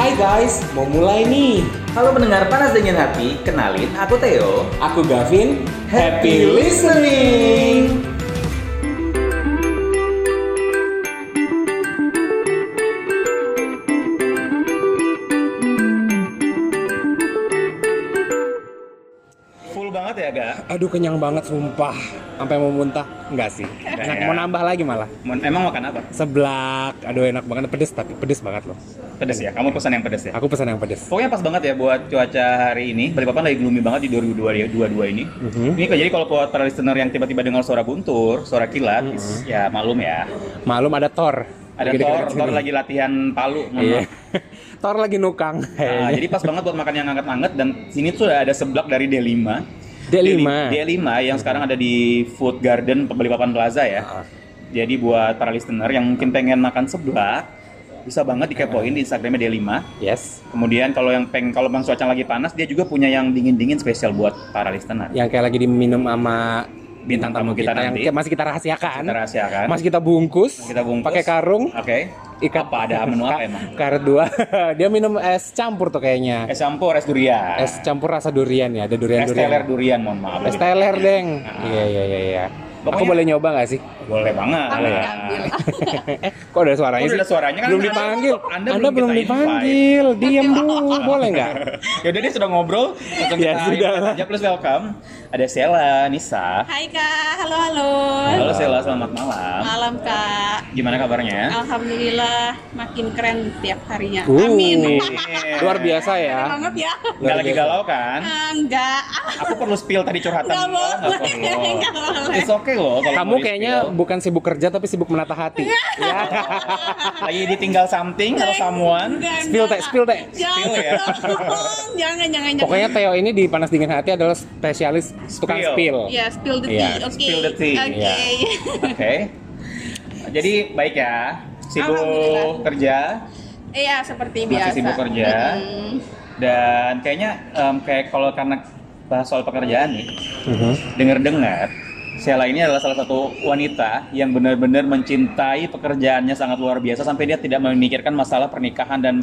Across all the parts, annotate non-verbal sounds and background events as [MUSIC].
Hai guys, mau mulai nih. Halo pendengar Panas Dingin Hati, kenalin aku Theo. Aku Gavin. Happy listening. Full banget ya, Gak? Aduh kenyang banget sumpah. Sampai mau muntah. Enggak sih. Enak, ya. mau nambah lagi malah. Mon- Emang makan apa? Seblak. Aduh enak banget pedes tapi pedes banget loh. Pedes ya? Kamu pesan yang pedes ya? Aku pesan yang pedes. Pokoknya pas banget ya buat cuaca hari ini. Balikpapan lagi gloomy banget di 2022 ini. Mhm. Ini jadi kalau buat para listener yang tiba-tiba dengar suara guntur, suara kilat, ya maklum ya. Malum ada Thor. Ada Lagi Thor, dekat-dekat sini. Thor lagi latihan palu. mohon Iya. [LAUGHS] maaf. Thor lagi nukang. [LAUGHS] Nah, jadi pas banget buat makan yang anget-anget dan sini tuh ada seblak dari D5. D5. D5 yang sekarang ada di Food Garden Balikpapan Plaza ya. Ah. Jadi buat para listener yang mungkin pengen makan seblak, bisa banget dikepoin di Instagramnya D5. Yes. Kemudian kalau yang peng kalau bang cuaca lagi panas dia juga punya yang dingin dingin spesial buat para listener. Yang kayak lagi diminum sama Bintang tamu kita yang nanti. kayak masih kita rahasiakan. Kita rahasiakan. Masih kita bungkus. Kita bungkus. Pakai karung. kan? Oke. Ikat. Apa ada menu apa emang? Karet dua. [LAUGHS] Dia minum es campur tuh kayaknya. Es campur, es durian. es campur rasa durian ya ada durian Es teler durian durian, mohon maaf. es teler deng iya iya iya iya aku Pokoknya- boleh nyoba nggak sih [LAUGHS] Boleh banget. Boleh. Ambil. eh kok ada suaranya Kok sih ada suaranya kan? belum Anda- dipanggil Anda anda, belum belum kita dipanggil diam [LAUGHS] dulu boleh nggak Yaudah dia Ya sudah ngobrol. Langsung Ya, kita sudah. invite aja plus welcome. Ada Sela, Nisa. Hai kak, halo halo. Halo Sela, selamat malam. Malam kak. Gimana kabarnya? Alhamdulillah makin keren tiap harinya. Uh, Amin. [LAUGHS] luar biasa ya Keren banget ya. Enggak lagi Luar biasa. galau kan? Enggak. Ah, Aku perlu spill tadi curhatan. Nggak Oh, nggak boleh. [LAUGHS] Nggak boleh. It's okay loh. kamu kalau mau di-spill. kayaknya bukan sibuk kerja tapi sibuk menata hati Iya, ya [LAUGHS] lagi ditinggal something atau someone. enggak, spill teh enggak. spill teh Jangan, Spill ya. tolong. jangan, jangan, jangan. pokoknya Theo ini di panas dingin hati adalah spesialis tukang Spill. spill Ya, spill the tea. Iya, Oke. spill the tea. Oke. Iya. Oke. Jadi baik ya. Alhamdulillah. Sibuk kerja [LAUGHS] Iya, seperti Masih biasa. sibuk kerja. Mm-mm. dan kayaknya em, kayak kalau karena bahas soal pekerjaan nih, Iya. Mhm. dengar-dengar Sheila ini adalah salah satu wanita yang benar-benar mencintai pekerjaannya sangat luar biasa sampai dia tidak memikirkan masalah pernikahan dan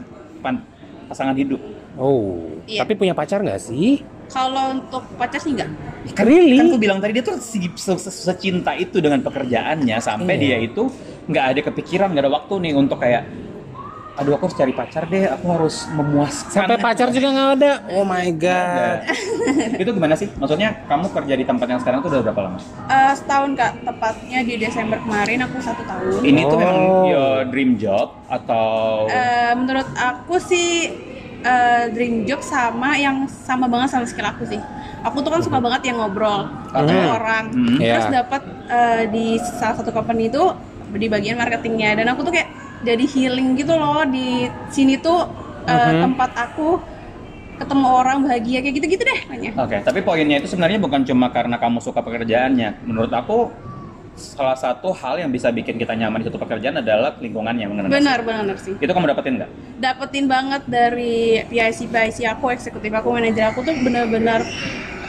pan- pasangan hidup. oh Iya. tapi punya pacar nggak sih Kalau untuk pacar sih enggak. really Kan aku bilang tadi dia tuh se- se- se- secinta itu dengan pekerjaannya Iya. sampai dia itu nggak ada kepikiran nggak ada waktu nih untuk kayak aduh aku harus cari pacar deh aku harus memuaskan Sampai [LAUGHS] pacar juga nggak ada. Oh my Nah, god. itu gimana sih maksudnya kamu kerja di tempat yang sekarang tuh udah berapa lama Eh, setahun kak, tepatnya di Desember kemarin aku satu tahun. ini tuh Oh. memang your dream job atau Gitu. Eh, menurut aku sih eh, dream job sama yang sama banget sama skill aku sih. Aku tuh kan suka banget yang ngobrol sama Hmm. orang. Hmm. Terus Mhm. Iya. dapat eh, di salah satu company itu di bagian marketingnya dan aku tuh kayak jadi healing gitu loh di sini tuh eh, Mhm. tempat aku ketemu orang bahagia kayak gitu-gitu deh banyak. Oke, tapi poinnya itu sebenarnya bukan cuma karena kamu suka pekerjaannya. Menurut aku salah satu hal yang bisa bikin kita nyaman di satu pekerjaan adalah lingkungannya mengenai. Benar, benar sih. Itu kamu dapetin nggak? dapetin banget dari PIC PIC aku eksekutif aku manajer aku tuh benar-benar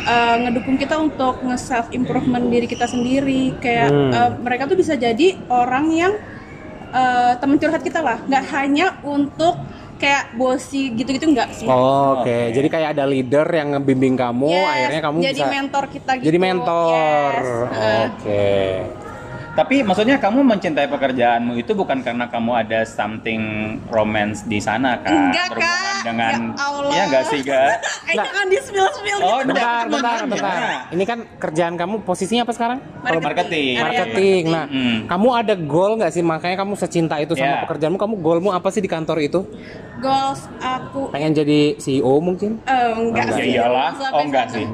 uh, ngedukung kita untuk nge self improvement diri kita sendiri kayak Hmm. uh, mereka tuh bisa jadi orang yang uh, teman curhat kita lah nggak hanya untuk kayak bosi gitu-gitu nggak sih Oh, Oke, Oke. jadi kayak ada leader yang ngebimbing kamu, Yes, akhirnya kamu jadi bisa mentor kita gitu jadi mentor. Oh. Yes, uh, Oke. Tapi maksudnya kamu mencintai pekerjaanmu itu bukan karena kamu ada something romance di sana kan? Enggak, Berhubungan Kak. Dengan Ya Allah. Iya nggak sih Kak? eh Nah. jangan di spill spill Oh, gitu. Bentar, Enggak, bentar, temennya. bentar. Ini kan kerjaan kamu posisinya apa sekarang? Kalau marketing. Area Marketing. iya. Nah, Hmm. kamu ada goal nggak sih? Makanya kamu secinta itu sama Iya. pekerjaanmu. Kamu goalmu apa sih di kantor itu? goals aku Pengen jadi CEO mungkin? Eh, enggak Oh, enggak. sih. Ya iyalah. Sampai Oh, enggak sana. sih.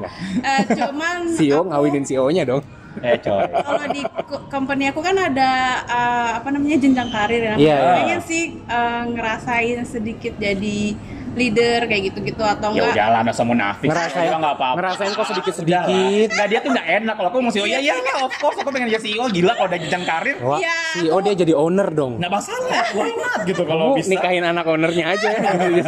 Eh, [LAUGHS] cuman CEO aku- E ngawinin CEO-nya dong. Eh coy. Kalau di ko- company aku kan ada eh, apa namanya jenjang karir ya. Iya, iya. Pengen sih eh, ngerasain sedikit jadi leader kayak gitu-gitu atau Ya enggak. udahlah, nasa munafik. Ngerasain, Juga nggak apa-apa. ngerasain kok Udahlah. sedikit-sedikit. Nah dia tuh nggak enak kalau aku mau CEO. Ya iya lah, of course aku pengen jadi CEO. Gila kalau udah jenjang karir. Wah, Iya, CEO dia jadi owner dong. Nggak masalah. Why not gitu Nah, kalau Kamu bisa. nikahin anak ownernya aja. Kan Aduh,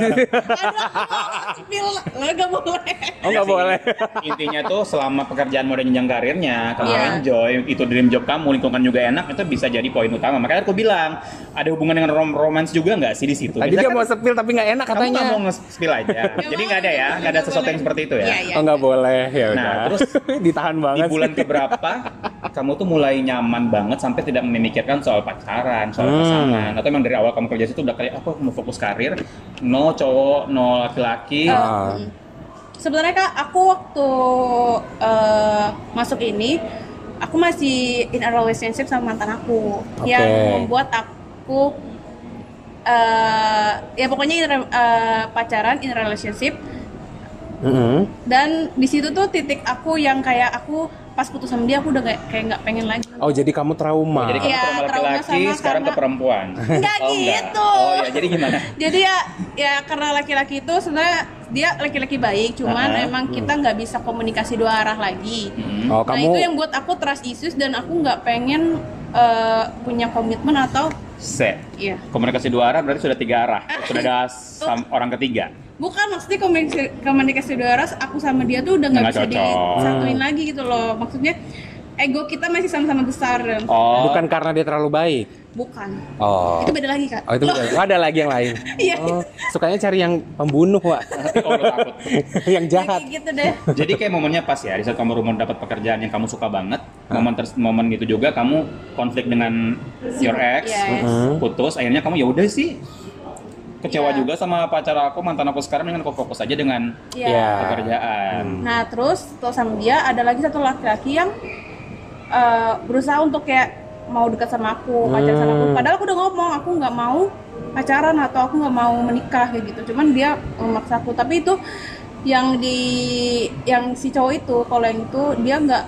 spill. Lo enggak boleh. oh nggak Iya sih. boleh. [LAUGHS] Intinya tuh selama pekerjaan mau ada jenjang karirnya, kamu Iya. enjoy, itu dream job kamu, lingkungan juga enak, itu bisa jadi poin utama. Makanya aku bilang, ada hubungan dengan rom romance juga nggak sih di situ? Tadi Biasanya dia kan mau sepil tapi nggak enak kamu katanya. Iya, nggak mau nge-spill [LAUGHS] aja. Jadi nggak ada ya, nggak ada sesuatu yang seperti itu ya. Iya, iya. Oh nggak boleh ya udah. Nah, terus [LAUGHS] ditahan Di banget. bulan sih. keberapa kamu tuh mulai nyaman banget sampai tidak memikirkan soal pacaran, soal Hmm. pasangan, atau emang dari awal kamu kerja situ udah kayak aku mau fokus karir, no cowok, no laki-laki. Ah. Mm. Sebenarnya kak, aku waktu eh, masuk ini, aku masih in a relationship sama mantan aku Oke. yang membuat aku eh, ya pokoknya in a- eh, pacaran in a relationship Mm-mm. dan di situ tuh titik aku yang kayak aku pas putus sama dia aku udah kayak kayak nggak pengen [LAUGHS] lagi. Oh jadi kamu trauma. Jadi kamu Iya, trauma trauma laki-laki, sama sekarang ke karena- perempuan. Nggak Oh, nggak. gitu. Oh ya, jadi gimana? Jadi ya ya karena laki-laki itu sebenarnya dia laki-laki baik, cuman Ah, emang kita nggak bisa komunikasi dua arah lagi. Hmm. Oh Nah kamu itu yang buat aku trust issues dan aku nggak pengen eh, punya komitmen atau Set. iya Komunikasi dua arah berarti sudah tiga arah. Sudah ada sam- orang ketiga. bukan maksudnya komunikasi, komunikasi dua arah aku sama dia tuh udah nggak Nggak bisa cocok. disatuin lagi gitu loh maksudnya ego kita masih sama-sama besar Oh, bukan karena dia terlalu baik. bukan Oh. itu beda lagi kak Oh itu beda. Oh, ada lagi yang lain. [LAUGHS] Iya. Oh, sukanya cari yang pembunuh, Wak. [LAUGHS] oh, lu takut. yang jahat. Kayak gitu deh Jadi kayak momennya pas ya, di saat kamu rumah dapat pekerjaan yang kamu suka banget, momen ter- momen itu juga kamu konflik dengan your ex, Yes. Mhm. putus, akhirnya kamu ya udah sih kecewa Iya. juga sama pacar aku, mantan aku sekarang dengan aku fokus aja dengan Iya. Iya. Hmm. pekerjaan. nah terus setelah sama dia ada lagi satu laki-laki yang eh, berusaha untuk kayak mau dekat sama aku pacar sama aku Hmm. padahal aku udah ngomong aku nggak mau pacaran atau aku nggak mau menikah kayak gitu cuman dia memaksa aku tapi itu yang di yang si cowok itu kalau yang itu dia nggak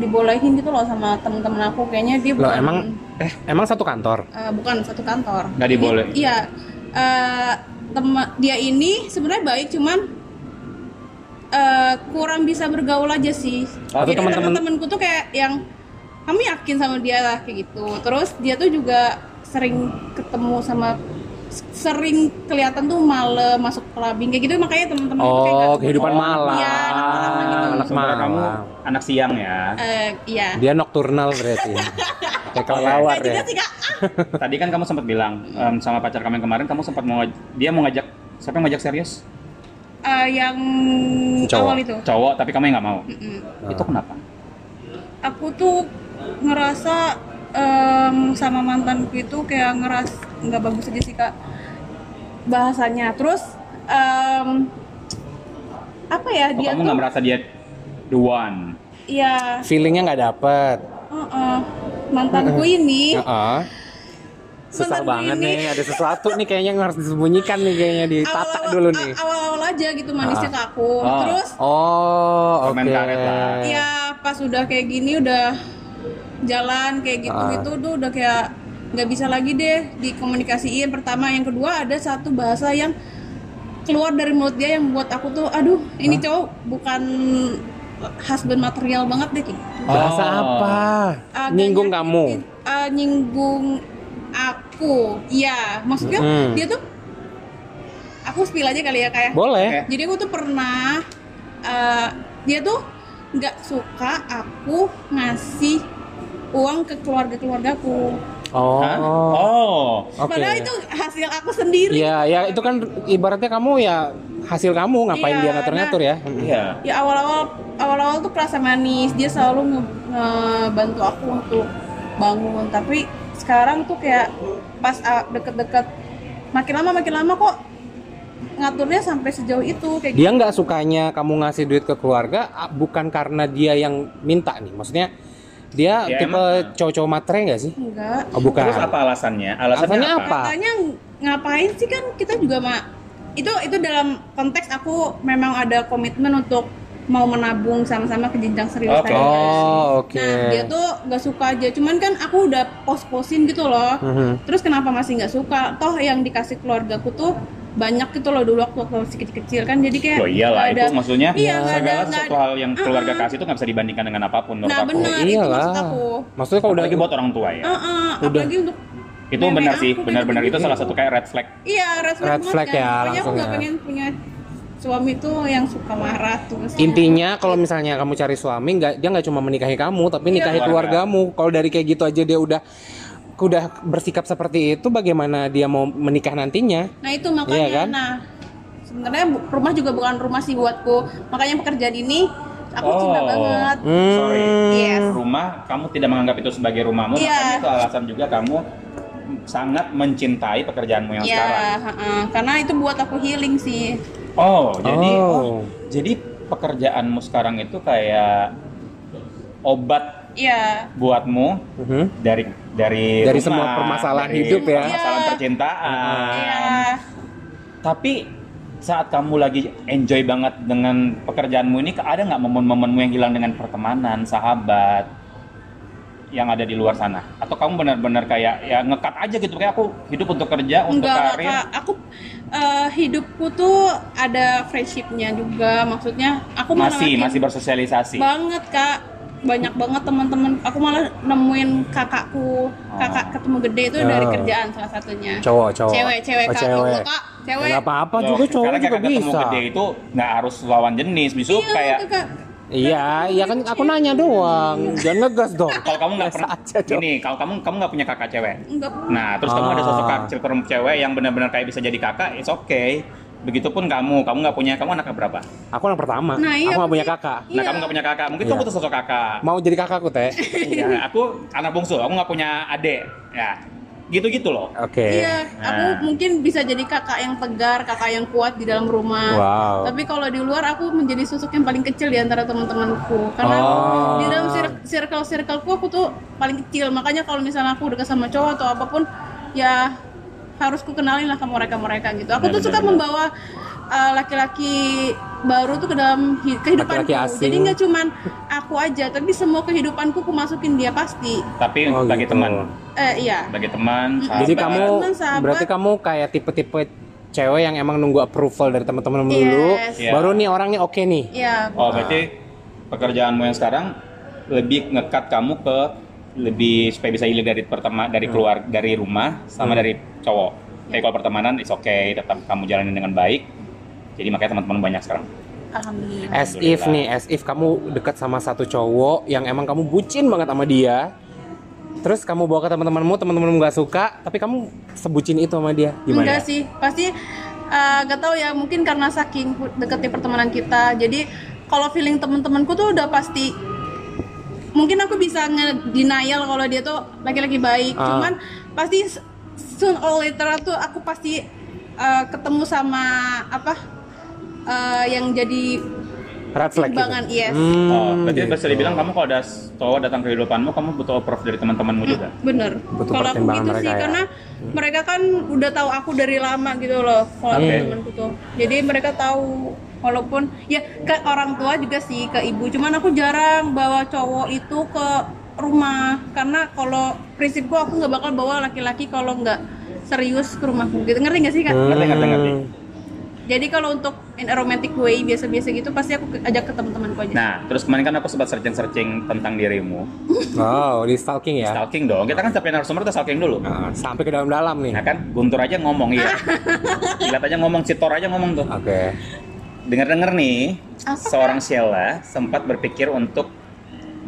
dibolehin gitu loh sama temen-temen aku kayaknya dia Loh bukan emang eh emang satu kantor. eh, bukan satu kantor Nggak dibolehin. Iya. Eh, tema- dia ini sebenarnya baik cuman eh, kurang bisa bergaul aja sih. Oh, itu Jadi teman-teman- teman-temanku tuh kayak yang kami yakin sama dia lah kayak gitu. Terus dia tuh juga sering ketemu sama sering kelihatan tuh malam masuk clubbing kayak gitu makanya teman-teman tuh kayak Oh, nggak- kehidupan Oh, malam. iya, anak malam gitu. Hmm. Anak Sementara malam. kamu anak siang ya. Eh, iya. Dia nokturnal [LAUGHS] berarti. Kayak kelelawar ya. Nggak juga gitu sih, Kak. Tadi kan kamu sempat bilang em, sama pacar kamu yang kemarin kamu sempat mau ngaj- dia mau ngajak siapa yang ngajak serius? Eh, yang Cowok. awal itu. Mm. Cowok tapi kamu yang nggak mau. Mm-mm. Itu kenapa? aku tuh ngerasa em, sama mantanku itu kayak ngeras nggak bagus aja sih kak bahasanya terus em, apa Oh, ya dia kamu tuh nggak merasa dia the one? ya Feelingnya nggak dapet. uh-uh, mantanku ini Heeh. Susah Sebentar banget ini. nih, ada sesuatu nih kayaknya yang harus disembunyikan nih kayaknya ditata awal-awal- dulu nih. a- awal-awal aja gitu manisnya ke aku Ah. terus Oh, oke. Permen karet lah. ya pas udah kayak gini udah jalan kayak gitu Ah. gitu tuh udah kayak nggak bisa lagi deh dikomunikasiin pertama yang kedua ada satu bahasa yang keluar dari mulut dia yang buat aku tuh aduh Ah. ini cowok bukan husband material banget deh kayak gitu. Bahasa Oh. apa? Agak Nyinggung nyakitin, kamu. eh, nyinggung aku iya maksudnya Mm-mm. dia tuh aku spill aja kali ya kayak Boleh. Kayak- jadi aku tuh pernah eh, dia tuh nggak suka aku ngasih uang ke keluarga keluargaku. Oh. Hah? Oh. Oke. Padahal itu hasil aku sendiri. Iya, ya itu kan ibaratnya kamu ya hasil kamu ngapain Iya, dia ngatur-ngatur ya? Iya. Ya awal-awal awal-awal tuh kerasa manis. Dia selalu nge- ngebantu aku untuk bangun. Tapi sekarang tuh kayak pas ah, deket-deket makin lama makin lama kok ngaturnya sampai sejauh itu kayak gitu. Dia nggak sukanya kamu ngasih duit ke keluarga ah, bukan karena dia yang minta nih, maksudnya dia Ya, tipe emang. cowok-cowok matre nggak sih? gitu. Enggak. Oh bukan. Terus apa alasannya? Alasannya, Alasannya apa? apa? katanya ngapain sih kan kita juga mak itu itu dalam konteks aku memang ada komitmen untuk mau menabung sama-sama ke jenjang serius Oke. tadi. Oh oke. Nah dia tuh nggak suka aja, cuman kan aku udah pos-posin gitu loh. Mhm. Terus kenapa masih nggak suka? Toh yang dikasih keluargaku tuh banyak gitu loh dulu waktu aku masih kecil kan jadi kayak Oh, Loh iya iyalah nggak itu ada- maksudnya Iya, nggak ada- segala nggak sesuatu ada. hal yang keluarga kasih itu nggak bisa dibandingkan dengan apapun menurut Nah, aku. benar. itu Iyalah. maksud aku. Maksudnya kalau udah Apalagi buat orang tua ya. Heeh, apalagi untuk itu nenek benar Iya, aku gitu sih, kayak benar-benar itu gitu-gitu. salah satu kayak red flag. iya red flag, Red banget flag kan. ya, Makanya aku langsung nggak ya. pengen punya suami tuh yang suka marah tuh Intinya kalau misalnya kamu cari suami nggak dia nggak cuma menikahi kamu tapi nikahi Iya, Keluarga. keluargamu. Kalau dari kayak gitu aja dia udah udah bersikap seperti itu bagaimana dia mau menikah nantinya? Nah itu makanya. Iya kan? Nah sebenarnya bu- rumah juga bukan rumah sih buatku. Makanya pekerjaan ini aku cinta Oh. banget. Hmm. Sorry. Yes. rumah kamu tidak menganggap itu sebagai rumahmu Iya. makanya itu alasan juga kamu sangat mencintai pekerjaanmu yang Ya, sekarang heeh. karena itu buat aku healing sih. oh jadi Oh. oh, jadi pekerjaanmu sekarang itu kayak obat Iya. buatmu Mhm. dari dari Dari rumah, semua permasalahan hidup ya. permasalahan Iya. percintaan Iya. tapi saat kamu lagi enjoy banget dengan pekerjaanmu ini ada nggak momen-momenmu yang hilang dengan pertemanan sahabat yang ada di luar sana atau kamu benar-benar kayak ya ngekat aja gitu kayak aku hidup untuk kerja untuk Enggak lah, karir Kak. Aku eh, hidupku tuh ada friendshipnya juga. Maksudnya aku malah masih makin masih bersosialisasi banget kak banyak banget teman-teman aku malah nemuin kakakku Oh. kakak ketemu gede itu dari Ah. kerjaan salah satunya Cowok, cowok. cewek cewek Oh, kak cewek. Kalau kak cewek Gak apa-apa Loh, juga cowok karena juga kakak ketemu bisa. gede itu nggak harus lawan jenis besok iya kayak kakak Iya, iya kan aku nanya doang. Hmm. Jangan ngegas dong. kalau kamu nggak Biasa pernah aja dong. ini kalau kamu kamu nggak punya kakak cewek enggak Nah, terus kamu ada sosok Ah. kak- cewek cewek yang benar-benar kayak bisa jadi kakak, it's okay. Begitupun kamu, kamu nggak punya, kamu anaknya berapa? Aku yang pertama. Nah, iya, aku gak punya pasti. kakak. Nah, Iya. kamu nggak punya kakak, mungkin Iya. kamu tuh sosok kakak. Mau jadi kakakku [LAUGHS] teh? Iya, aku anak bungsu, aku nggak punya adik. Ya, gitu-gitu loh. Oke. iya aku Nah. mungkin bisa jadi kakak yang tegar kakak yang kuat di dalam rumah Wow. tapi kalau di luar aku menjadi sosok yang paling kecil di antara teman-temanku karena Oh. di dalam circle circleku aku tuh paling kecil makanya kalau misalnya aku dekat sama cowok atau apapun ya harus ku kenalin lah ke mereka mereka gitu aku Benar, tuh suka benar, membawa uh, laki-laki baru tuh ke dalam hi- kehidupanku Laki-laki asing. jadi nggak cuman aku aja tapi semua kehidupanku ku masukin dia pasti Tapi Oh, bagi gitu. teman, eh iya bagi teman, sahabat. Jadi kamu Teman, sahabat. berarti kamu kayak tipe-tipe cewek yang emang nunggu approval dari teman-teman dulu. Yes. Iya. Baru nih orangnya oke nih. iya Oh, berarti pekerjaanmu yang sekarang lebih ngekat kamu ke lebih supaya bisa hilir dari pertama Hmm. dari keluar dari rumah sama dari cowok. Tapi kalau pertemanan it's okay, tetap kamu jalanin dengan baik. Jadi makanya teman-teman banyak sekarang. alhamdulillah As if nih, as if kamu dekat sama satu cowok yang emang kamu bucin banget sama dia. Terus kamu bawa ke teman-temanmu, teman-temanmu nggak suka, tapi kamu sebucin itu sama dia. Gimana? Enggak sih, pasti eh, nggak tahu ya mungkin karena saking deketnya pertemanan kita. Jadi kalau feeling teman-temanku tuh udah pasti mungkin aku bisa ngedenial kalau dia tuh laki-laki baik. Ah. Cuman pasti s- soon or later tuh aku pasti eh, ketemu sama apa eh, yang jadi Red flag gitu. timbangan, yes. Hmm, oh, berarti gitu. bisa dibilang kamu kalau ada cowok datang ke kehidupanmu, kamu butuh approve dari teman-temanmu juga. bener. Butuh Kalau aku pertimbangan gitu mereka sih ya. karena mereka kan udah tahu aku dari lama gitu loh kalau Oke. temanku tuh. Jadi mereka tahu walaupun ya ke orang tua juga sih ke ibu. Cuman aku jarang bawa cowok itu ke rumah karena kalau prinsipku aku nggak bakal bawa laki-laki kalau nggak serius ke rumahku gitu. Ngerti nggak sih Hmm. kak? Hmm. Ngerti, ngerti, ngerti. Jadi kalau untuk in a romantic way biasa-biasa gitu pasti aku ke- ajak ke teman-temanku aja. Nah, terus kemarin kan aku sempat searching-searching tentang dirimu. Wow, di stalking ya. Stalking dong. Kita kan setiap narasumber tuh stalking dulu. Ah, sampai ke dalam-dalam nih. Nah kan Guntur aja ngomong [LAUGHS] iya. Lihat aja ngomong, Citor aja ngomong tuh. Oke. Dengar-dengar nih, Apa? seorang Sheila sempat berpikir untuk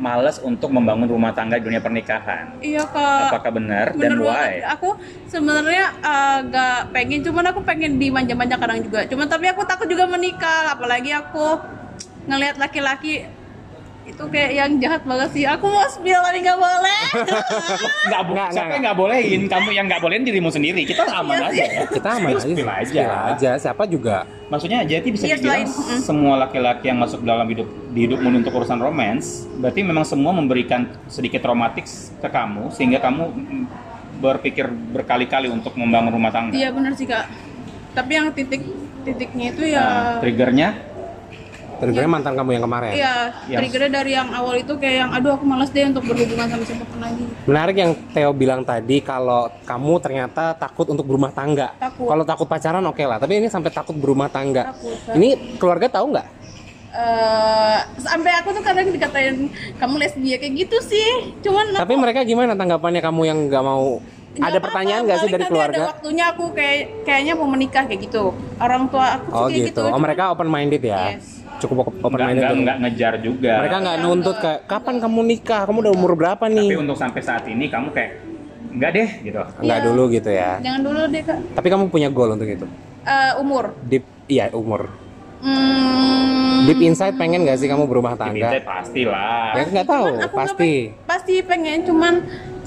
malas untuk membangun rumah tangga di dunia pernikahan. Iya kak. Apakah benar dan Bener banget. why? Aku sebenarnya eh, nggak pengen, cuman aku pengen dimanja-manja kadang juga. Cuman tapi aku takut juga menikah, apalagi aku ngelihat laki-laki itu kayak yang jahat banget sih. Aku mau spill tapi nggak [LAUGHS] boleh. Nggak, bo- Nggak, siapa nggak, yang nggak bolehin? Kamu yang nggak bolehin dirimu sendiri. Kita aman aja. ya. Kita aman aja. Spill aja. spill aja. Siapa juga. Maksudnya jadi bisa Iya, dibilang selain- mm. semua laki-laki yang masuk dalam hidup di hidupmu untuk urusan romance, berarti memang semua memberikan sedikit romantik ke kamu sehingga kamu mm, berpikir berkali-kali untuk membangun rumah tangga. Iya bener sih kak. Tapi yang titik titiknya itu ya, Nah, triggernya Iya. Terus mantan kamu yang kemarin. ya Yang- triggernya dari yang awal itu kayak yang, aduh aku malas deh untuk berhubungan sama siapapun lagi. Menarik yang Theo bilang tadi kalau kamu ternyata takut untuk berumah tangga. Takut. Kalau takut pacaran oke lah, tapi ini sampai takut berumah tangga. Takut, Kak. Ini keluarga tahu nggak? Eh, sampai aku tuh kadang dikatain kamu lesbia kayak gitu sih. Cuman Tapi mereka gimana tanggapannya kamu yang nggak mau? ada Nggak apa-apa, pertanyaan nggak sih paling dari nanti keluarga? Ada waktunya aku kayak kayaknya mau menikah kayak gitu. Orang tua aku tuh Oh kayak gitu. gitu. Oh mereka open minded ya. Yes. Cukup open nggak minded. nggak- tuh. nggak ngejar juga. Mereka nggak nuntut kayak kapan kamu nikah? Kamu udah umur berapa Tapi nih? untuk sampai saat ini kamu kayak enggak deh gitu Enggak Iya. dulu gitu ya. jangan dulu deh kak Tapi kamu punya goal untuk itu. Eh, umur Deep iya umur. Hmm, Deep inside pengen gak sih kamu berumah diminta tangga? pasti lah Ya, nggak tahu, Cuman aku nggak pasti. pe- pasti pengen cuman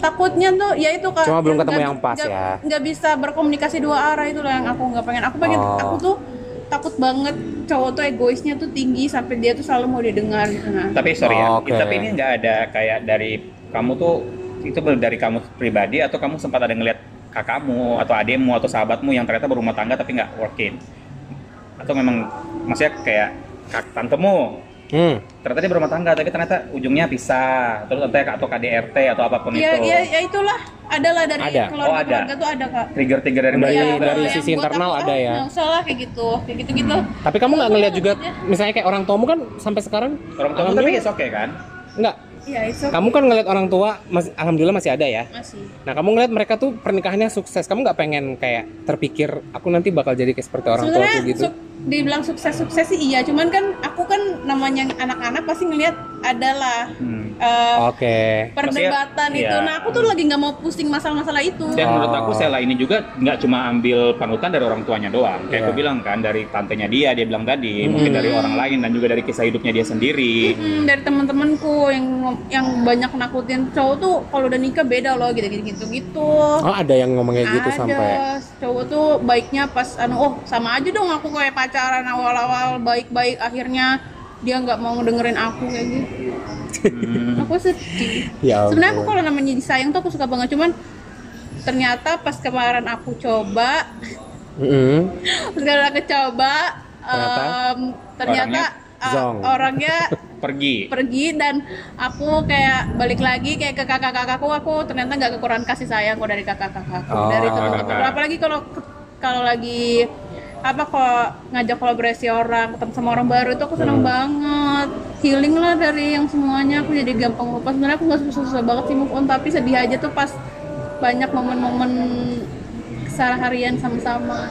takutnya tuh ya itu kalau Cuma belum nggak ketemu bi- yang pas nggak- ya. nggak bisa berkomunikasi dua arah itu loh yang aku nggak pengen aku pengen Oh. aku tuh takut banget cowok tuh egoisnya tuh tinggi sampai dia tuh selalu mau didengar gitu nah tapi sorry ya Oke. tapi ini nggak ada kayak dari kamu tuh itu ber- dari kamu pribadi atau kamu sempat ada ngeliat kakakmu atau adekmu atau sahabatmu yang ternyata berumah tangga tapi nggak working atau memang maksudnya kayak kak tantemu Hmm. ternyata dia berumah tangga tapi ternyata ujungnya pisah terus atau atau KDRT atau apapun ya, itu ya ya itulah adalah dari Ada. Oh, keluarga ada. keluarga tuh ada kak trigger-trigger dari Dari- mereka Ya, juga. dari yang sisi buat internal aku, ada ah, ya? nggak usah lah kayak gitu kayak gitu gitu Tapi kamu nggak ngelihat juga misalnya kayak orang tuamu kan sampai sekarang orang tua tapi alhamdulillah- oke kan Nggak. ya itu Kamu kan ngelihat orang tua mas- alhamdulillah masih ada ya. masih Nah, kamu ngeliat mereka tuh pernikahannya sukses. Kamu nggak pengen kayak terpikir aku nanti bakal jadi kayak seperti orang tua sebenarnya gitu. suk- dibilang sukses sukses sih iya cuman kan aku kan namanya anak-anak pasti ngelihat adalah Hmm. eh, Oke. Maksudnya, perdebatan itu. iya. Nah, aku tuh lagi nggak mau pusing masalah-masalah itu. Oh. Dan menurut aku Sela ini juga nggak cuma ambil panutan dari orang tuanya doang. Kayak Iya. aku bilang kan dari tantenya dia, dia bilang tadi, mungkin Mm. dari orang lain dan juga dari kisah hidupnya dia sendiri. Mm-mm, Hmm, dari teman-temanku yang yang banyak nakutin cowok tuh kalau udah nikah beda loh gitu gitu gitu gitu. Oh, ada yang ngomong kayak gitu Ada sampai. cowok tuh baiknya pas anu oh sama aja dong aku kayak pacaran awal-awal baik-baik akhirnya dia nggak mau dengerin aku kayak gitu. Hmm. Aku sedih. Ya ampun. Sebenarnya aku kalau namanya disayang tuh aku suka banget cuman ternyata pas kemarin aku coba [LAUGHS] Mm-mm. segala kecoba Ternyata? em, ternyata Orangnya eh, zonk. orangnya [LAUGHS] Pergi. pergi dan aku kayak balik lagi kayak ke kakak-kakakku aku ternyata nggak kekurangan kasih sayangku dari kakak-kakakku Oh, dari teman-teman kakak. apalagi kalau kalau lagi apa kok ngajak kolaborasi orang ketemu sama orang baru itu aku senang banget healing lah dari yang semuanya aku jadi gampang lupa sebenarnya aku nggak susah-susah banget sih move on tapi sedih aja tuh pas banyak momen-momen keseharian sama-sama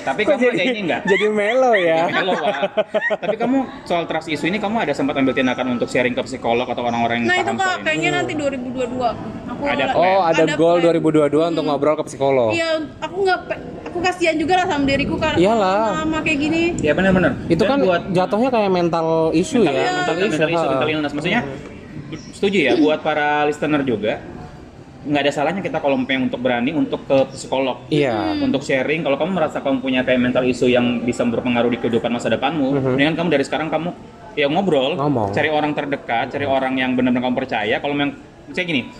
Tapi Kok kamu ada ini nggak? jadi melo ya. Halo, Wak. Tapi kamu soal trust isu ini kamu ada sempat ambil tindakan untuk sharing ke psikolog atau orang-orang yang Nah itu Hmm, paham kak, soal ini? kayaknya nanti 2022 aku Ada la- Oh, ada, Ada goal plan. 2022 Hmm. untuk ngobrol ke psikolog. Iya, aku nggak, pe- aku kasihan juga lah sama diriku kalau Iyalah. lama kayak gini. Ya benar-benar. Itu Dan kan buat jatuhnya kayak mental issue mental, Iya. ya, illness, mental, Iya, mental issue. issue, ha. mental illness. Maksudnya setuju ya buat para listener juga nggak ada salahnya kita kalau memang untuk berani untuk ke psikolog Iya. untuk sharing kalau kamu merasa kamu punya kayak mental isu yang bisa berpengaruh di kehidupan masa depanmu Mhm. mendingan kamu dari sekarang kamu ya ngobrol Ngomong. cari orang terdekat cari orang yang benar-benar kamu percaya kalau memang saya gini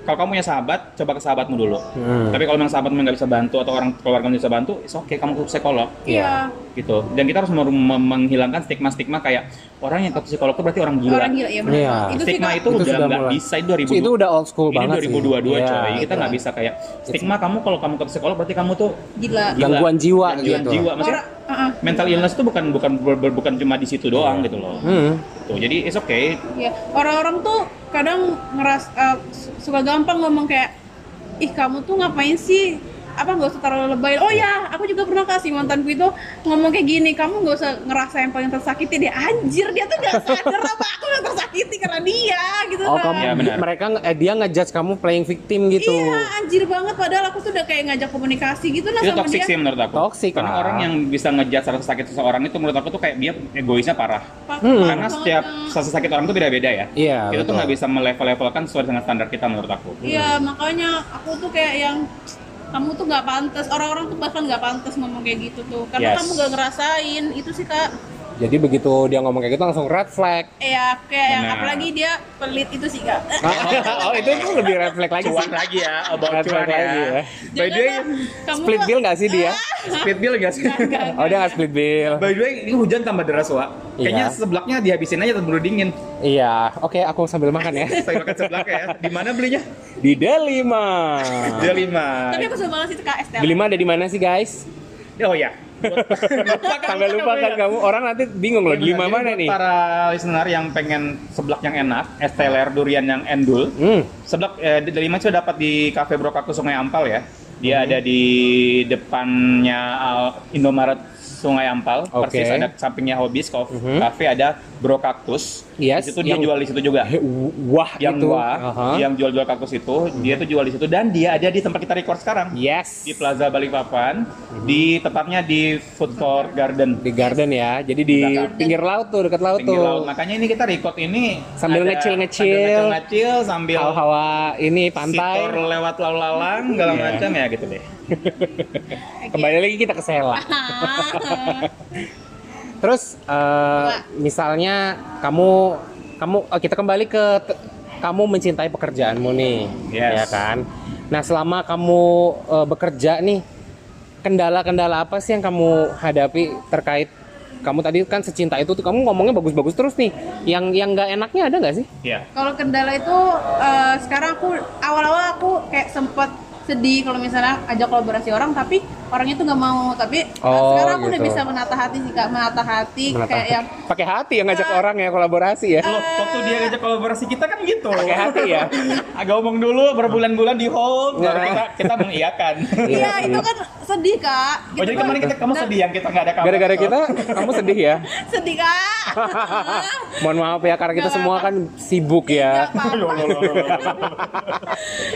kalau kamu punya sahabat coba ke sahabatmu dulu Hmm. tapi kalau memang sahabatmu nggak bisa bantu atau orang keluarga nggak bisa bantu it's okay kamu ke psikolog Iya. Iya, gitu dan kita harus mer- mem- menghilangkan stigma-stigma kayak orang yang ke psikolog itu berarti orang gila, orang gila ya benar. Iya. Itu sih stigma kak, itu, Itu udah sudah nggak mulai. bisa itu Itu, 2000 udah old school ini banget 2022 sih. Iya, coy kita nggak bisa kayak stigma kamu kalau kamu ke psikolog berarti kamu tuh gila. gila. Gangguan jiwa gangguan gitu. jiwa maksudnya Orang, uh-uh. mental illness itu bukan bukan ber- ber- bukan cuma di situ doang gitu loh Hmm. tuh jadi it's okay Iya, orang-orang tuh kadang ngeras eh, su- suka gampang ngomong kayak, ih kamu tuh ngapain sih? Apa nggak usah terlalu lebay? Oh ya, aku juga pernah kasih mantanku itu ngomong kayak gini, kamu nggak usah ngerasa yang paling tersakiti deh. Anjir dia tuh nggak sadar apa aku yang tersakiti karena dia gitu. Oh, Kak. kamu Iya, benar. mereka nge- eh, dia ngejudge kamu playing victim gitu. Iya, anjir banget. Padahal aku tuh udah kayak ngajak komunikasi gitu lah itu sama Iya, toxic dia. sih menurut aku Toxic karena lah. orang yang bisa ngejat rasa sakit seseorang itu menurut aku tuh kayak dia egoisnya parah Pa- Hmm. parah karena banget, setiap Kak. rasa sakit orang itu beda-beda ya Iya, itu tuh betul. nggak bisa melevel-levelkan sesuai dengan standar kita menurut aku Iya, makanya aku tuh kayak yang kamu tuh nggak pantas. Orang-orang tuh bahkan nggak pantas ngomong kayak gitu tuh. Karena Yes. kamu nggak ngerasain. Itu sih kak. Jadi begitu dia ngomong kayak gitu langsung red [LAUGHS] flag. Ya, kayak yang Benar. apalagi dia pelit itu sih kak. [LAUGHS] Eh, oh, itu tuh lebih red flag lagi sih. cuan lagi ya about Red cuan flag lagi ya ya. by the way janganlah kamu Split tuh- Ah, bill nggak sih dia? speed bill nggak sih Oh, dia nggak split bill. By the way, ini hujan tambah deras, Wak. Kayaknya Iya. seblaknya dihabisin aja terburu dingin. Iya. Oke, aku sambil makan ya. Saya makan seblaknya ya. Di mana belinya? Di Delima. Di lima. Tapi aku suka banget sih kak Estel. Delima ada di mana sih, guys? Oh ya. Sampai lupa kan kamu. Orang nanti bingung Iya, loh, Delima mana nih? Para listener yang pengen seblak yang enak, es teler durian yang endul, Hmm. seblak eh, di lima sudah dapat di Cafe Brokaku Sungai Ampal ya. Hmm. Dia ada di depannya Al- Indomaret Sungai Ampal, Oke. persis ada sampingnya Hobbies Cof- Mhm. Cafe ada Brokaktus. Yes, Itu dia yang- jual di situ juga. He- wah Yang itu. Eh, wah, Gitu. Iya. Aha. Hmm. yang jual-jual kaktus itu, dia tuh jual di situ dan dia ada di tempat kita record sekarang. Yes. Hmm. Di Plaza Balikpapan, di tepatnya di Food Court Garden. Di garden ya. Jadi di Garden. pinggir laut tuh, dekat laut tuh. Pinggir laut. Makanya ini kita record ini Sambil ada- ngecil-ngecil. sambil ngecil-ngecil, sambil Hawa-hawa ini pantai. sitor lewat lalu-lalang, segala Iya. macam ya gitu deh. Kembali lagi kita ke Sela. Iya. Nah. [LAUGHS] Terus eh, Iya. misalnya kamu kamu eh, kita kembali ke te- kamu mencintai pekerjaanmu nih, ya Yes. kan? Nah, selama kamu eh, bekerja nih, kendala-kendala apa sih yang kamu hadapi terkait kamu tadi kan secinta itu tuh kamu ngomongnya bagus-bagus terus nih. Yang yang nggak enaknya ada nggak sih? Iya. Kalau kendala itu eh, sekarang aku awal-awal aku kayak sempet sedih kalau misalnya ajak kolaborasi orang tapi orangnya tuh nggak mau tapi eh, Oh, sekarang aku udah gitu. bisa menata hati sih kak menata hati Menata kayak hati. yang Nah. pakai hati yang ngajak orang ya kolaborasi ya. Loh, waktu dia ngajak kolaborasi kita kan gitu. Pakai hati ya. Agak omong dulu berbulan-bulan di hold, Nah. baru kita kita mengiyakan. Iya, iya itu iya. kan sedih kak Gitu Oh, jadi kemarin kita kamu sedih yang kita nggak ada kabar. Gara-gara tuh. kita kamu sedih ya. kan sedih [LAUGHS] kak Mohon maaf ya karena kita Nggak Iya. semua kan sibuk Nggak ya. apa-apa. Loh, loh, loh, loh, loh.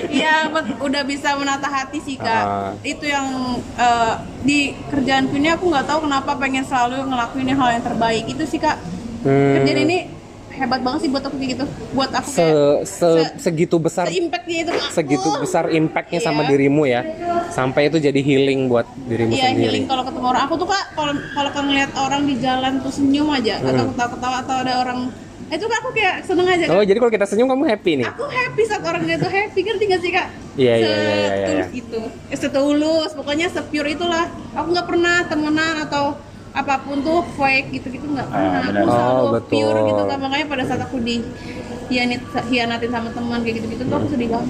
Iya, bet- udah bisa menata hati sih kak. Ah. Itu yang eh, di kerjaanku ini aku nggak tahu kenapa pengen selalu ngelakuin hal yang terbaik itu sih kak. Hmm. Kerjaan ini hebat banget sih buat aku kayak gitu. Buat aku se, kayak se- segitu besar se-impactnya itu Oh. ke aku. segitu besar impactnya sama Iya. dirimu ya sampai itu jadi healing buat dirimu Iya sendiri healing kalau ketemu orang. Aku tuh kak kalau kalau kan ngeliat orang di jalan tuh senyum aja atau ketawa-ketawa atau ada orang Eh, itu aku kayak seneng aja Hmm. oh Kak. jadi kalau kita senyum kamu happy nih Aku happy saat orang itu happy ngerti gak sih kak? Iya, iya, iya, iya, Setulus iya. itu, Eh, setulus pokoknya sepure itulah. Aku nggak pernah temenan atau apapun tuh fake gitu-gitu nggak pernah. Ah, benar. aku selalu Oh, betul. pure gitu kan makanya pada saat aku di hianit- hianatin sama teman kayak gitu-gitu tuh aku sedih banget.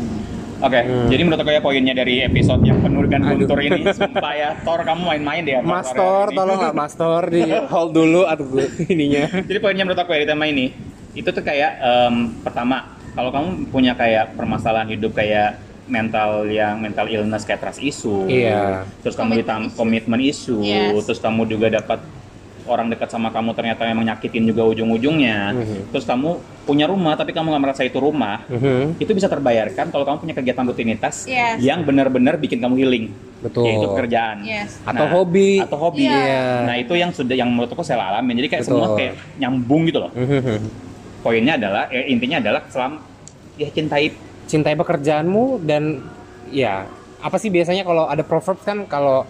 Oke, jadi menurut aku ya poinnya dari episode yang penuh dengan Aduh. guntur ini, sumpah ya, Thor kamu main-main deh. ya, Thor, Thor, master hari ini. tolonglah master di [LAUGHS] hold dulu atau ininya Jadi poinnya menurut aku ya di tema ini, itu tuh kayak em, pertama, kalau kamu punya kayak permasalahan hidup kayak mental yang mental illness kayak trust issue, Iya. terus kamu ditam komitmen issue, Yes. terus kamu juga dapat orang dekat sama kamu ternyata memang nyakitin juga ujung-ujungnya, Mhm. terus kamu punya rumah tapi kamu nggak merasa itu rumah, Mhm, itu bisa terbayarkan kalau kamu punya kegiatan rutinitas Yes. yang benar-benar bikin kamu healing, Betul. yaitu pekerjaan Yes. Atau hobi. atau hobi. Iya. Nah itu yang sudah yang menurut aku saya alamin. Jadi kayak Betul. semua kayak nyambung gitu loh. mhm. Poinnya adalah eh, intinya adalah selam ya cintai cintai pekerjaanmu dan ya apa sih biasanya kalau ada proverb kan kalau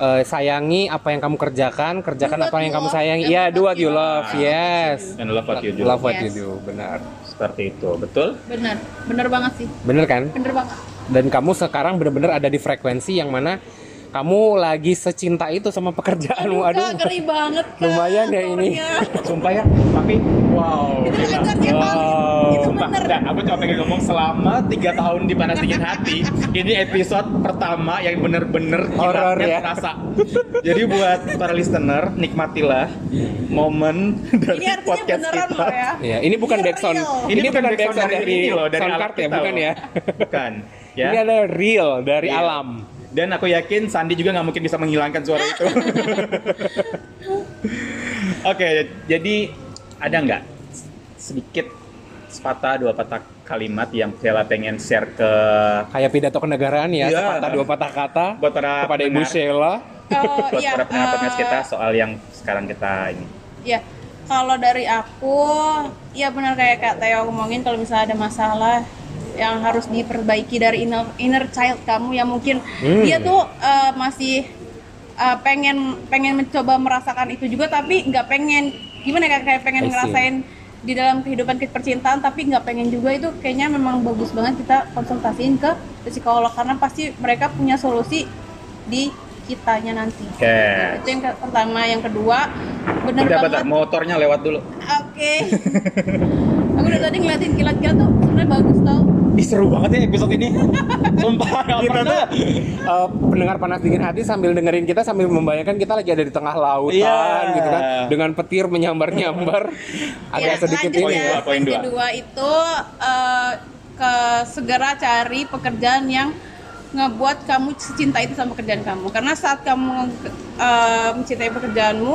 eh, sayangi apa yang kamu kerjakan kerjakan Do what apa yang you kamu love sayangi and ya do do what what you you love love. yes dan love what you do. love what you Yes. do benar Seperti itu, betul? Bener, bener banget sih, benar kan bener banget. dan kamu sekarang benar-benar ada di frekuensi yang mana kamu lagi secinta itu sama pekerjaanmu Aduh, aduh Kak, ngeri banget kak. Lumayan ya ini. Sorenya. Sumpah ya, tapi wow. Itu gila. ngejar tiap hari. Itu Sumpah, bener. enggak, aku cuma pengen ngomong selama 3 tahun di panas dingin hati Ini episode pertama yang bener-bener Horor kilatnya ya. terasa Jadi buat para listener, nikmatilah momen dari Ini artinya podcast beneran kita loh ya. ya ini bukan Ini backsound real. Eh, ini, bukan backsound dari, ini loh, dari sound alat card ya kita bukan loh. ya Bukan. Ya. ini adalah real dari Iya. alam Dan aku yakin Sandi juga nggak mungkin bisa menghilangkan suara itu. Oke, jadi ada nggak sedikit sepatah dua patah kalimat yang Sheila pengen share ke kayak pidato kenegaraan ya Iya. sepatah dua patah kata Buat para kepada Ibu pendengar. Sheila Eh, buat iya, para pendengar podcast eh, kita soal yang sekarang kita ini? Ya, kalau dari aku, ya benar kayak Kak Teo ngomongin kalau misalnya ada masalah yang harus diperbaiki dari inner, inner child kamu yang mungkin Hmm. dia tuh eh, masih eh, pengen pengen mencoba merasakan itu juga tapi nggak pengen gimana ya, Kak kayak pengen I see. ngerasain di dalam kehidupan ke- percintaan tapi nggak pengen juga itu kayaknya memang bagus banget kita konsultasiin ke psikolog karena pasti mereka punya solusi di kitanya nanti Yes. itu yang ke- pertama yang kedua benar Bentar, banget bentar, motornya lewat dulu. Oke. [LAUGHS] Aku udah tadi ngeliatin kilat-kilat tuh sebenarnya bagus tau. Ih, seru banget ya episode ini. Sumpah, nggak kita pernah. tuh eh, pendengar panas dingin hati sambil dengerin kita sambil membayangkan kita lagi ada di tengah lautan Iya. gitu kan dengan petir menyambar nyambar agak Ya, sedikit lanjut ini ya. ya. Poin Yang dua. kedua itu eh, ke segera cari pekerjaan yang ngebuat kamu cinta itu sama pekerjaan kamu. Karena saat kamu eh, mencintai pekerjaanmu,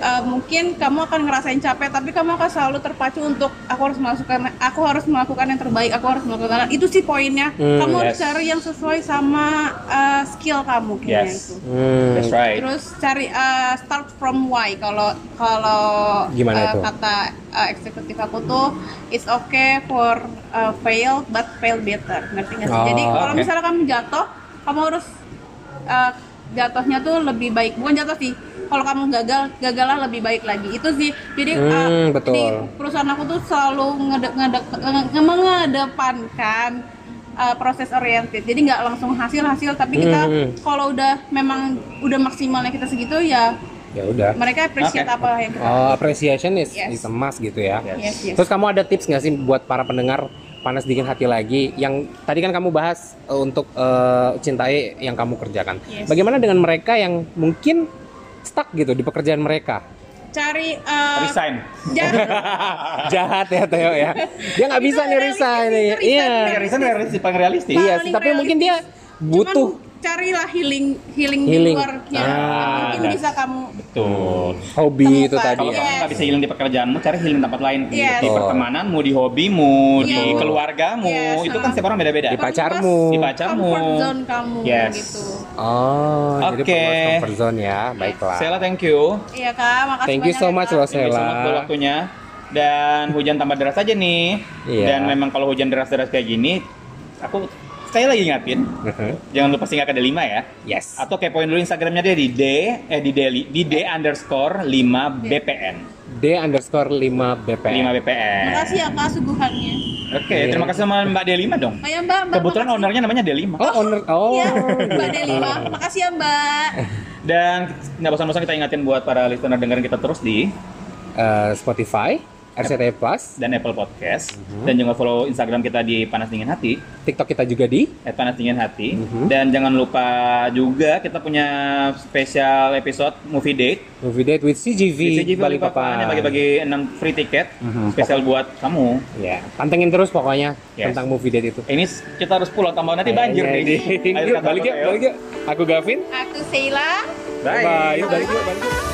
eh, mungkin kamu akan ngerasain capek tapi kamu akan selalu terpacu untuk aku harus melakukan aku harus melakukan yang terbaik aku harus melakukan itu sih poinnya Hmm, kamu harus yes. cari yang sesuai sama eh, skill kamu kayaknya Yes. itu Hmm. That's right. Terus cari uh, start from why kalau kalau Gimana uh, itu? kata uh, eksekutif aku tuh it's okay for uh, fail but fail better. Ngerti nggak sih? Oh, Jadi kalau oke. misalnya kamu jatuh, kamu harus uh, jatuhnya tuh lebih baik. Bukan jatuh sih. Kalau kamu gagal, gagallah lebih baik lagi. Itu sih. Jadi uh, Hmm, betul. jadi perusahaan aku tuh selalu ngede- ngede- nge- nge- mengedepankan uh, proses oriented. Jadi nggak langsung hasil-hasil tapi tapi kita Hmm. kalau udah memang udah maksimalnya kita segitu ya Ya udah. mereka appreciate Oke. apa yang kita Oh, appreciation is, Yes. is a must gitu ya. Yes. yes yes Terus kamu ada tips nggak sih buat para pendengar panas dingin hati lagi yang tadi kan kamu bahas eh, untuk eh, cintai yang kamu kerjakan. Yes. Bagaimana dengan mereka yang mungkin stuck gitu di pekerjaan mereka? cari uh, Resign. jangan Jahat ya Teo ya. Dia nggak bisa nih resign nih. realistis, itu Iya. Ya, resign realistis, paling realistis. Iya, Paling tapi mungkin dia cuman [LAUGHS] butuh carilah healing healing, Healing. di luar ya Ah, mungkin that's- bisa kamu Betul. hobi itu temukan. tadi Kalau ya. kamu nggak bisa healing di pekerjaanmu, cari healing di tempat lain. Di- Yes. Di Oh. pertemananmu, di hobimu, di Yes. keluargamu. Yes, Itu kan ah. setiap orang beda-beda. Di pacarmu. Di pacarmu. comfort zone kamu Yes. gitu Oh, jadi Oke. perluas comfort zone ya. Baiklah. Sela, thank you. iya kak makasih Thank you banyak so ya, much Kak. loh Thank you so much buat Sela. waktunya. Dan hujan tambah deras aja nih. Iya. Dan memang kalau hujan deras-deras kayak gini, aku sekali lagi ingatin, jangan lupa singgah ke D5 ya. [LAUGHS] Yes. Atau kepoin dulu Instagramnya dia di D, eh di Deli, di D underscore Iya. 5 BPN. D underscore 5 BPM. 5 BPN. makasih ya kak suguhannya Oke, Iya. terima kasih sama Mbak D5 dong. oh ya mbak mbak Kebetulan makasih. ownernya namanya D5. Oh, owner. Oh. Iya, mbak Delima makasih ya mbak Dan nggak bosan-bosan kita ingatin buat para listener dengerin kita terus di Eh, Spotify, RCTI Plus, dan Apple Podcast. Mhm. Dan jangan follow Instagram kita di Panas Dingin Hati. TikTok kita juga di at panas dingin hati Mhm. dan jangan lupa juga kita punya spesial episode movie date Movie Date with CGV, di CGV Balikpapan Balikpapan. yang bagi-bagi 6 free ticket Mhm. spesial buat kamu Ya, pantengin terus pokoknya Yes. tentang Movie Date itu. ini s- kita harus pulang tambah nanti banjir Kayaknya [LAUGHS] nih ini. Iya, Ayo, Yuk, kata balik Bang yuk, Teo. balik yuk. Aku Gavin. aku Sheila Bye. Yuk, balik yuk, balik yuk.